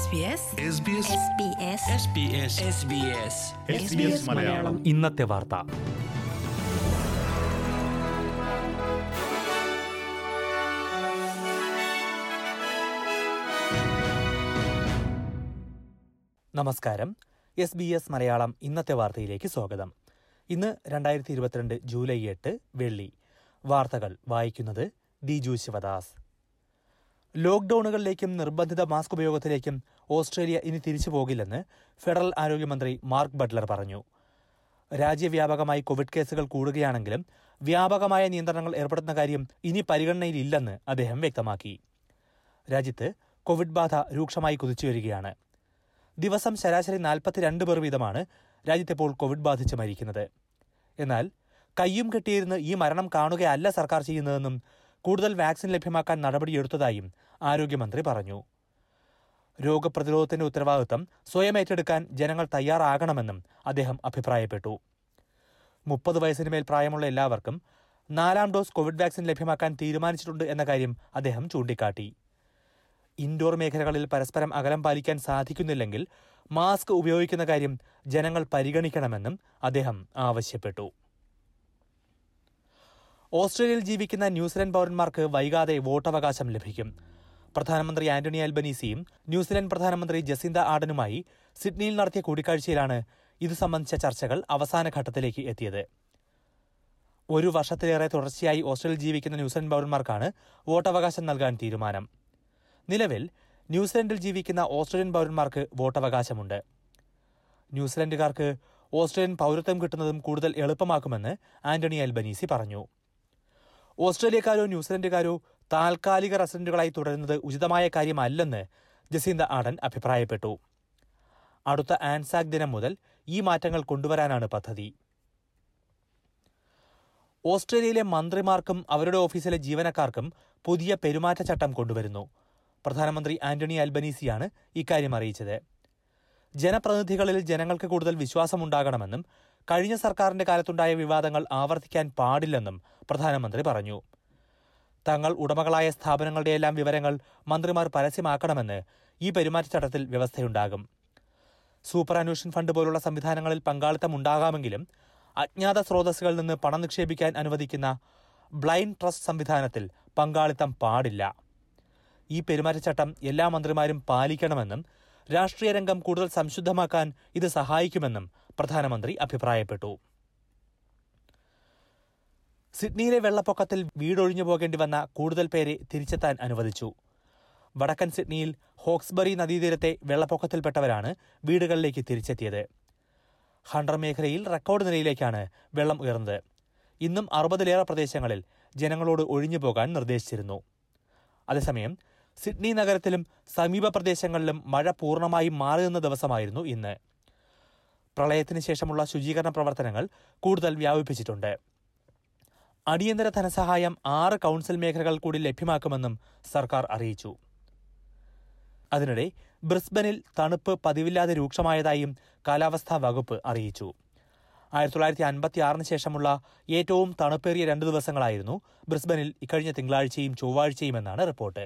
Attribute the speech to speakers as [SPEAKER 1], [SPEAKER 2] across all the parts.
[SPEAKER 1] SBS
[SPEAKER 2] SBS
[SPEAKER 3] Malayalam
[SPEAKER 4] ഇന്നത്തെ വാർത്ത നമസ്കാരം എസ് ബി എസ് മലയാളം ഇന്നത്തെ വാർത്തയിലേക്ക് സ്വാഗതം ഇന്ന് രണ്ടായിരത്തി ഇരുപത്തിരണ്ട് ജൂലൈ എട്ട് വെള്ളി വാർത്തകൾ വായിക്കുന്നത് ദിജു ശിവദാസ് ലോക്ഡൌണുകളിലേക്കും നിർബന്ധിത മാസ്ക് ഉപയോഗത്തിലേക്കും ഓസ്ട്രേലിയ ഇനി തിരിച്ചു പോകില്ലെന്ന് ഫെഡറൽ ആരോഗ്യമന്ത്രി മാർക്ക് ബട്ട്ലർ പറഞ്ഞു രാജ്യവ്യാപകമായി കോവിഡ് കേസുകൾ കൂടുകയാണെങ്കിലും വ്യാപകമായ നിയന്ത്രണങ്ങൾ ഏർപ്പെടുത്തുന്ന കാര്യം ഇനി പരിഗണനയിലില്ലെന്ന് അദ്ദേഹം വ്യക്തമാക്കി രാജ്യത്ത് കോവിഡ് ബാധ രൂക്ഷമായി കുതിച്ചുവരികയാണ് ദിവസം ശരാശരി നാൽപ്പത്തിരണ്ട് പേർ വീതമാണ് രാജ്യത്തിപ്പോൾ കോവിഡ് ബാധിച്ച് മരിക്കുന്നത് എന്നാൽ കയ്യും കെട്ടിയിരുന്ന് ഈ മരണം കാണുകയല്ല സർക്കാർ ചെയ്യുന്നതെന്നും കൂടുതൽ വാക്സിൻ ലഭ്യമാക്കാൻ നടപടിയെടുത്തതായും ആരോഗ്യമന്ത്രി പറഞ്ഞു രോഗപ്രതിരോധത്തിന്റെ ഉത്തരവാദിത്തം സ്വയം ഏറ്റെടുക്കാൻ ജനങ്ങൾ തയ്യാറാകണമെന്നും അദ്ദേഹം അഭിപ്രായപ്പെട്ടു മുപ്പത് വയസ്സിന് മേൽ പ്രായമുള്ള എല്ലാവർക്കും നാലാം ഡോസ് കോവിഡ് വാക്സിൻ ലഭ്യമാക്കാൻ തീരുമാനിച്ചിട്ടുണ്ട് എന്ന കാര്യം അദ്ദേഹം ചൂണ്ടിക്കാട്ടി ഇൻഡോർ മേഖലകളിൽ പരസ്പരം അകലം പാലിക്കാൻ സാധിക്കുന്നില്ലെങ്കിൽ മാസ്ക് ഉപയോഗിക്കുന്ന കാര്യം ജനങ്ങൾ പരിഗണിക്കണമെന്നും അദ്ദേഹം ആവശ്യപ്പെട്ടു ഓസ്ട്രേലിയയിൽ ജീവിക്കുന്ന ന്യൂസിലൻഡ് പൗരന്മാർക്ക് വൈകാതെ വോട്ടവകാശം ലഭിക്കും പ്രധാനമന്ത്രി ആന്റണി അൽബനീസിയും ന്യൂസിലൻഡ് പ്രധാനമന്ത്രി ജസിന്ത ആഡനുമായി സിഡ്നിയിൽ നടത്തിയ കൂടിക്കാഴ്ചയിലാണ് ഇത് സംബന്ധിച്ച ചർച്ചകൾ അവസാന ഘട്ടത്തിലേക്ക് എത്തിയത് ഒരു വർഷത്തിലേറെ തുടർച്ചയായി ഓസ്ട്രേലിയയിൽ ജീവിക്കുന്ന ന്യൂസിലൻഡ് പൗരന്മാർക്കാണ് വോട്ടവകാശം നൽകാൻ തീരുമാനം നിലവിൽ ന്യൂസിലൻഡിൽ ജീവിക്കുന്ന ഓസ്ട്രേലിയൻ പൗരന്മാർക്ക് വോട്ടവകാശമുണ്ട് ന്യൂസിലൻഡുകാർക്ക് ഓസ്ട്രേലിയൻ പൗരത്വം കിട്ടുന്നതും കൂടുതൽ എളുപ്പമാക്കുമെന്ന് ആന്റണി അൽബനീസി പറഞ്ഞു ഓസ്ട്രേലിയക്കാരോ ന്യൂസിലൻഡുകാരോ താൽക്കാലിക റെസിഡന്റുകളായി തുടരുന്നത് ഉചിതമായ കാര്യമല്ലെന്ന് ജസീന്ത ആഡൻ അഭിപ്രായപ്പെട്ടു അടുത്ത ആൻസാക് ദിനം മുതൽ ഈ മാറ്റങ്ങൾ കൊണ്ടുവരാനാണ് പദ്ധതി ഓസ്ട്രേലിയയിലെ മന്ത്രിമാർക്കും അവരുടെ ഓഫീസിലെ ജീവനക്കാർക്കും പുതിയ പെരുമാറ്റച്ചട്ടം കൊണ്ടുവരുന്നു പ്രധാനമന്ത്രി ആന്റണി അൽബനീസിയാണ് ഇക്കാര്യം അറിയിച്ചത് ജനപ്രതിനിധികളിൽ ജനങ്ങൾക്ക് കൂടുതൽ വിശ്വാസമുണ്ടാകണമെന്നും കഴിഞ്ഞ സർക്കാരിന്റെ കാലത്തുണ്ടായ വിവാദങ്ങൾ ആവർത്തിക്കാൻ പാടില്ലെന്നും പ്രധാനമന്ത്രി പറഞ്ഞു തങ്ങൾ ഉടമകളായ സ്ഥാപനങ്ങളുടെയെല്ലാം വിവരങ്ങൾ മന്ത്രിമാർ പരസ്യമാക്കണമെന്ന് ഈ പെരുമാറ്റച്ചട്ടത്തിൽ വ്യവസ്ഥയുണ്ടാകും സൂപ്പർ അന്വേഷൻ ഫണ്ട് പോലുള്ള സംവിധാനങ്ങളിൽ പങ്കാളിത്തം ഉണ്ടാകാമെങ്കിലും അജ്ഞാത സ്രോതസ്സുകളിൽ നിന്ന് പണം നിക്ഷേപിക്കാൻ അനുവദിക്കുന്ന ബ്ലൈൻഡ് ട്രസ്റ്റ് സംവിധാനത്തിൽ പങ്കാളിത്തം പാടില്ല ഈ പെരുമാറ്റച്ചട്ടം എല്ലാ മന്ത്രിമാരും പാലിക്കണമെന്നും രാഷ്ട്രീയ രംഗം കൂടുതൽ സംശുദ്ധമാക്കാൻ ഇത് സഹായിക്കുമെന്നും പ്രധാനമന്ത്രി അഭിപ്രായപ്പെട്ടു സിഡ്നിയിലെ വെള്ളപ്പൊക്കത്തിൽ വീടൊഴിഞ്ഞു പോകേണ്ടി വന്ന കൂടുതൽ പേരെ തിരിച്ചെത്താൻ അനുവദിച്ചു വടക്കൻ സിഡ്നിയിൽ ഹോക്സ്ബറി നദീതീരത്തെ വെള്ളപ്പൊക്കത്തിൽപ്പെട്ടവരാണ് വീടുകളിലേക്ക് തിരിച്ചെത്തിയത് ഹണ്ടർ മേഖലയിൽ റെക്കോർഡ് നിലയിലേക്കാണ് വെള്ളം ഉയർന്നത് ഇന്നും അറുപതിലേറെ പ്രദേശങ്ങളിൽ ജനങ്ങളോട് ഒഴിഞ്ഞു പോകാൻ നിർദ്ദേശിച്ചിരുന്നു അതേസമയം സിഡ്നി നഗരത്തിലും സമീപ പ്രദേശങ്ങളിലും മഴ പൂർണ്ണമായി മാറി നിന്ന ദിവസമായിരുന്നു ഇന്ന് പ്രളയത്തിന് ശേഷമുള്ള ശുചീകരണ പ്രവർത്തനങ്ങൾ കൂടുതൽ വ്യാപിപ്പിച്ചിട്ടുണ്ട് അടിയന്തര ധനസഹായം ആറ് കൗൺസിൽ മേഖലകൾ കൂടി ലഭ്യമാക്കുമെന്നും സർക്കാർ അറിയിച്ചു അതിനിടെ ബ്രിസ്ബനിൽ തണുപ്പ് പതിവില്ലാതെ രൂക്ഷമായതായും കാലാവസ്ഥാ വകുപ്പ് അറിയിച്ചു ആയിരത്തി തൊള്ളായിരത്തി അൻപത്തി ആറിന് ശേഷമുള്ള ഏറ്റവും തണുപ്പേറിയ രണ്ട് ദിവസങ്ങളായിരുന്നു ബ്രിസ്ബനിൽ ഇക്കഴിഞ്ഞ തിങ്കളാഴ്ചയും ചൊവ്വാഴ്ചയും എന്നാണ് റിപ്പോർട്ട്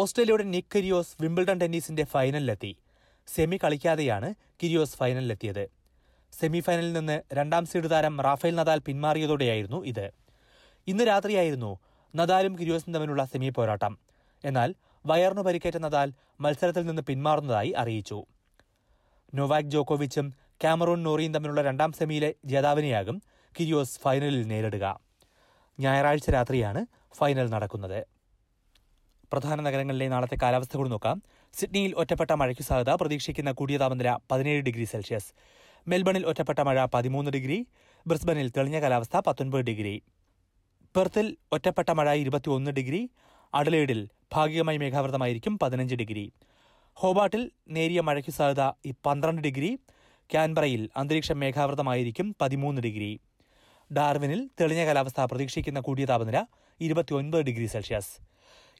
[SPEAKER 4] ഓസ്ട്രേലിയയുടെ നിക് കിരിയോസ് വിംബിൾഡൺ ടെന്നീസിന്റെ ഫൈനലിലെത്തി സെമി കളിക്കാതെയാണ് കിരിയോസ് ഫൈനലിലെത്തിയത് സെമി ഫൈനലിൽ നിന്ന് രണ്ടാം സീഡ് താരം റാഫേൽ നദാൽ പിന്മാറിയതോടെയായിരുന്നു ഇത് ഇന്ന് രാത്രിയായിരുന്നു നദാലും കിരിയോസും തമ്മിലുള്ള സെമി പോരാട്ടം എന്നാൽ വയറിനു പരിക്കേറ്റ നദാൽ മത്സരത്തിൽ നിന്ന് പിന്മാറുന്നതായി അറിയിച്ചു നൊവാക് ജോക്കോവിച്ചും കാമറൂൺ നോറിയും തമ്മിലുള്ള രണ്ടാം സെമിയിലെ ജേതാവിനെയാകും കിരിയോസ് ഫൈനലിൽ നേരിടുക ഞായറാഴ്ച രാത്രിയാണ് ഫൈനൽ നടക്കുന്നത് പ്രധാന നഗരങ്ങളിലെ നാളത്തെ കാലാവസ്ഥ കൂടി നോക്കാം സിഡ്നിയിൽ ഒറ്റപ്പെട്ട മഴയ്ക്ക് സാധ്യത പ്രതീക്ഷിക്കുന്ന കൂടിയ താപനില പതിനേഴ് ഡിഗ്രി സെൽഷ്യസ് മെൽബണിൽ ഒറ്റപ്പെട്ട മഴ പതിമൂന്ന് ഡിഗ്രി ബ്രിസ്ബനിൽ തെളിഞ്ഞ കാലാവസ്ഥ പത്തൊൻപത് ഡിഗ്രി പെർത്തിൽ ഒറ്റപ്പെട്ട മഴ ഇരുപത്തിയൊന്ന് ഡിഗ്രി അഡലേഡിൽ ഭാഗികമായി മേഘാവൃതമായിരിക്കും പതിനഞ്ച് ഡിഗ്രി ഹോബാട്ടിൽ നേരിയ മഴയ്ക്ക് സാധ്യത ഈ പന്ത്രണ്ട് ഡിഗ്രി ക്യാൻബറയിൽ അന്തരീക്ഷം മേഘാവൃതമായിരിക്കും പതിമൂന്ന് ഡിഗ്രി ഡാർവിനിൽ തെളിഞ്ഞ കാലാവസ്ഥ പ്രതീക്ഷിക്കുന്ന കൂടിയ താപനില ഇരുപത്തിയൊൻപത് degree Celsius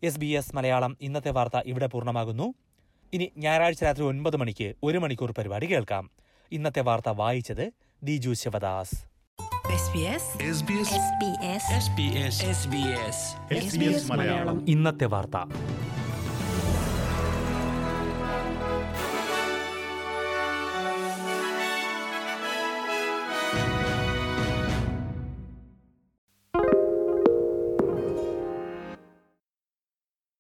[SPEAKER 4] S B S Malayalam ഇന്നത്തെ വാർത്ത ഇവിടെ പൂർണ്ണമാകുന്നു ഇനി ഞായറാഴ്ച രാത്രി ഒൻപത് മണിക്ക് ഒരു മണിക്കൂർ പരിപാടി കേൾക്കാം ഇന്നത്തെ വാർത്ത വായിച്ചത് ദിജു ശിവദാസ്
[SPEAKER 1] SBS
[SPEAKER 2] SBS
[SPEAKER 3] മലയാളം
[SPEAKER 4] ഇന്നത്തെ വാർത്ത